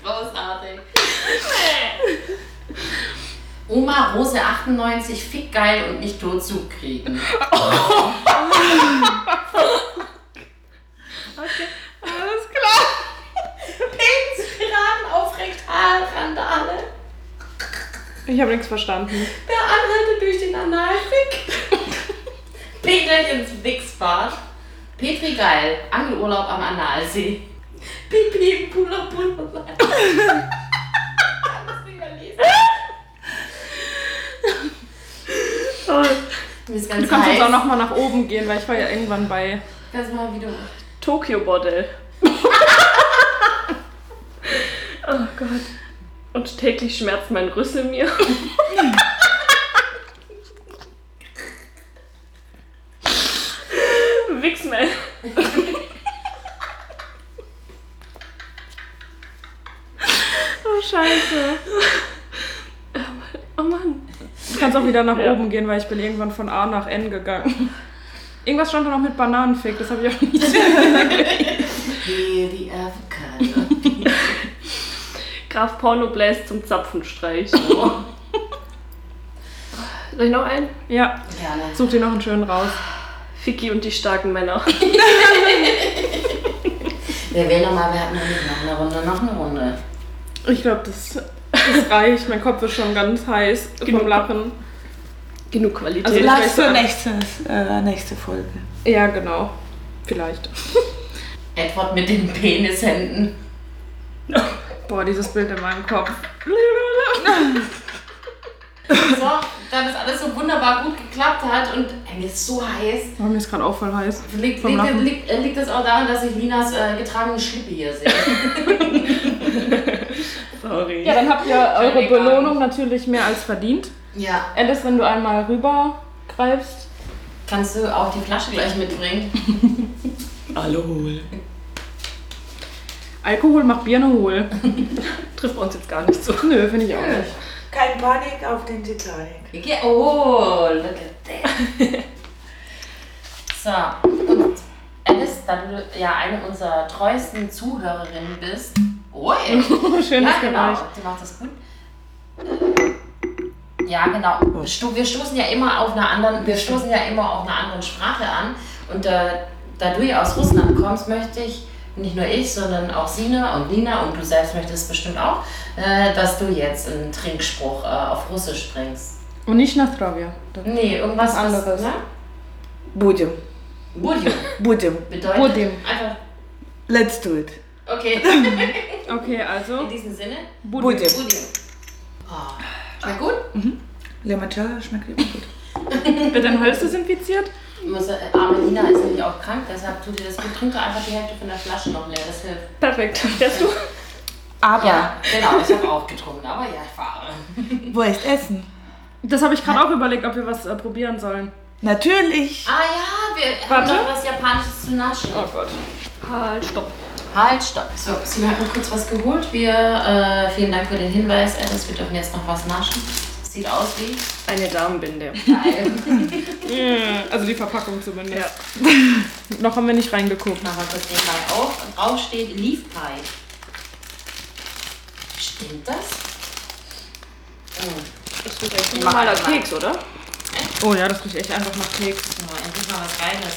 B: Großartig. Oma Rose 98 fick geil und nicht tot zukriegen.
A: Alles klar.
B: Pins, Piraten, Aufrektalrandale.
A: Ich habe nichts verstanden.
B: Der Anhalte durch den Analfick. Peterchens Wichsbad. Petri geil, Angelurlaub am Analsee. Pipi, Pula, Pula. Ich kann das nicht mehr lesen. Mir ist ganz
A: Du kannst jetzt
B: heiß.
A: auch nochmal nach oben gehen, weil ich war ja irgendwann bei
B: Kannst du mal wieder.
D: Tokio-Bordell. oh Gott. Und täglich schmerzt mein Rüssel mir. Wichsman.
A: Oh, scheiße.
D: Oh Mann.
A: Du kannst auch wieder nach
D: Ja.
A: oben gehen, weil ich bin irgendwann von A nach N gegangen. Irgendwas stand da noch mit Bananenfick, das habe ich auch nicht.
B: Hier die Avocado.
D: Graf Porno bläst zum Zapfenstreich. Soll ich noch einen?
A: Ja,
B: Gerne.
A: such dir noch einen schönen raus.
D: Ficky und die starken Männer.
B: Wer will nochmal? Wir hatten noch nicht noch eine Runde, noch eine Runde.
A: Ich glaube, das, das reicht. Mein Kopf ist schon ganz heiß
D: Genug.
A: vom Lachen.
D: Genug Qualität.
A: Also la-
C: Lass
A: vielleicht
C: für
A: so-
C: nächstes, äh, nächste Folge.
A: Ja, genau. Vielleicht.
B: Edward mit den Penishänden.
A: Boah, dieses Bild in meinem Kopf.
B: So, da das alles so wunderbar gut geklappt hat und ey, mir ist so heiß.
A: Oh, mir ist gerade auch voll heiß.
B: Liegt,
A: Vom
B: liegt,
A: Lachen.
B: liegt, äh, liegt das auch daran, dass ich Linas äh, getragene Schlippe hier sehe?
D: Sorry.
A: Ja, dann habt ihr eure
B: Völlig warm.
A: Belohnung natürlich mehr als verdient.
B: ja.
A: Alice, wenn du einmal rübergreifst.
B: Kannst du auch die Flasche gleich mitbringen?
D: Alkohol.
A: Alkohol macht Birne hohl.
D: Trifft bei uns jetzt gar nicht so.
A: Nö, finde ich auch nicht.
C: Kein Panik auf den Titanic.
B: Okay. Oh, look at that. so, und Alice, da du ja eine unserer treuesten Zuhörerinnen bist. Oh, ey.
A: Schönes
B: Ja, genau.
A: Geräusch.
B: Die macht das gut. Ja, genau. Sto wir stoßen ja immer auf einer anderen, wir stoßen ja immer auf einer anderen Sprache an. Und äh, da du ja aus Russland kommst, möchte ich, nicht nur ich, sondern auch Sina und Lina und du selbst möchtest bestimmt auch, äh, dass du jetzt einen Trinkspruch äh, auf Russisch bringst.
A: Und nicht nach Travia.
B: Nee, irgendwas
A: Was anderes.
B: Was, ne?
C: Будем.
B: Budjo
C: Будем.
B: bedeutet
A: Budem.
B: einfach,
C: Let's do it.
B: okay,
A: Okay, also.
B: in diesem Sinne,
C: Будем.
B: Budjo. Oh, schmeckt gut?
C: Limoncello schmeckt immer gut.
A: Wird dein Hals desinfiziert?
B: Muss- äh, Arme Nina ist nämlich auch krank, deshalb tut ihr das gut. Trinkt doch einfach die Hälfte von der Flasche noch leer, das hilft.
D: Perfekt. Fährst du?
C: Aber,
B: Ja, genau, ich habe auch getrunken, aber ja, ich fahre.
C: wo ist Essen?
A: Das habe ich gerade auch überlegt, ob wir was äh, probieren sollen.
C: Natürlich.
B: Ah ja, wir
A: Warte. Oh
B: haben noch was Japanisches zu naschen.
A: Gott.
D: Halt, stopp.
B: Halt, stopp. So, Sie haben kurz was geholt. Wir, äh, vielen Dank für den Hinweis, Alice, wir dürfen jetzt noch was naschen. Sieht aus wie
D: Eine Damenbinde.
B: geil.
A: Also die Verpackung zumindest. Noch haben wir nicht reingeguckt.
B: Machen wir kurz den Teil auf. Und drauf steht Leaf Pie. Stimmt das? Oh,
D: Das Ah, ist echt ein normaler
B: Mach mal.
D: Keks, oder?
A: Oh ja, das riecht echt einfach nach Keks.
B: so, endlich mal was Geiles.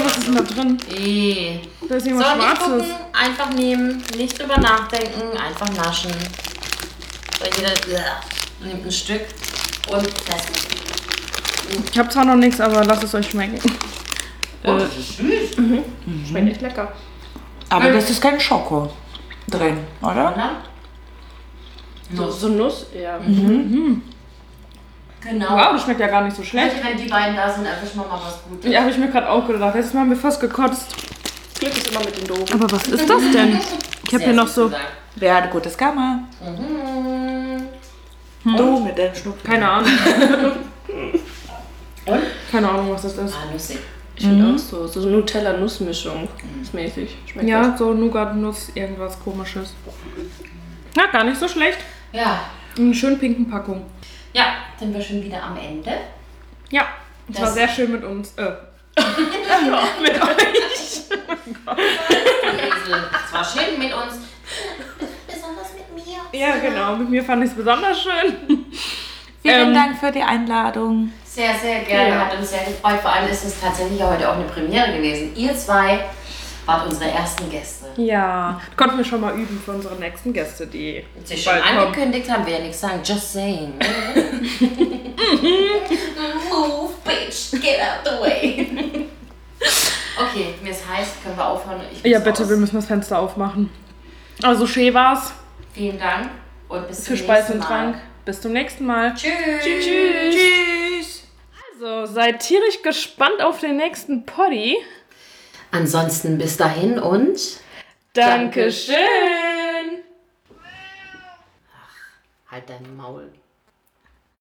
A: Öh, was ist denn da drin?
B: Eh.
A: Da ist
B: So,
A: irgendwas
B: nicht
A: Schwarzes.
B: gucken, einfach nehmen, nicht drüber nachdenken, einfach naschen. So, jeder äh, nimmt ein Stück und fressen.
A: Ich habe zwar noch nichts, aber lasst es euch schmecken.
B: Oh, das ist süß.
D: Schmeckt echt lecker.
C: Aber das ist kein Schoko drin, oder?
B: Oder?
D: So, so Nuss, ja.
B: Genau.
A: Wow, das schmeckt ja gar nicht so schlecht.
B: Leute, wenn die beiden da sind, erwischen wir mal was Gutes.
A: Ja, habe ich mir gerade auch gedacht. Letztes Mal haben wir fast gekotzt.
D: Glück ist immer mit den Doofen.
A: Aber was ist das denn? Ich habe
B: Sehr
A: hier noch
B: süß
A: so,
B: gesagt.
C: Wer hat gutes Gamma?
B: Mhm.
C: Du mit deinem Schnupfen.
A: keine Ahnung,
B: Und?
A: keine Ahnung, was das ist.
B: Ah, nussig.
D: Ich finde auch so. So Nutella-Nussmischung. Ist mäßig. Schmeckt
A: Ja, so Nougat, Nuss, irgendwas komisches. Na, gar nicht so schlecht.
B: Ja.
A: In einer schönen pinken Packung.
B: Ja, sind wir schon wieder am Ende.
A: Ja, es
B: Das-
A: war sehr schön mit uns. Äh,
B: Esel. Also, Es war schön mit uns. Besonders mit mir.
A: ja, genau. Mit mir fand ich es besonders schön.
C: Vielen
A: Ähm,
C: Dank für die Einladung.
B: Sehr, sehr gerne.
D: Ja.
B: Hat uns sehr gefreut. Vor allem ist es tatsächlich heute auch eine Premiere gewesen. Ihr zwei wart unsere ersten Gäste.
A: Ja, konnten wir schon mal üben für unsere nächsten Gäste, die
B: Sie schon
A: bald kommen.
B: angekündigt haben, wir ja nichts sagen. Just saying. Move, bitch, get out the way. Okay, mir ist heiß, können wir aufhören. Ich muss
A: Ja, bitte,
B: raus.
A: wir müssen das Fenster aufmachen. Also, schön war's
B: Vielen Dank und bis
A: für
B: zum
A: Speis
B: nächsten
A: und
B: Mal.
A: Trank. Bis zum nächsten Mal.
B: Tschüss.
A: Tschüss.
C: Tschüss.
A: Also, seid tierisch gespannt auf den nächsten Poddy.
B: Ansonsten bis dahin und
A: Dankeschön.
B: halt dein Maul.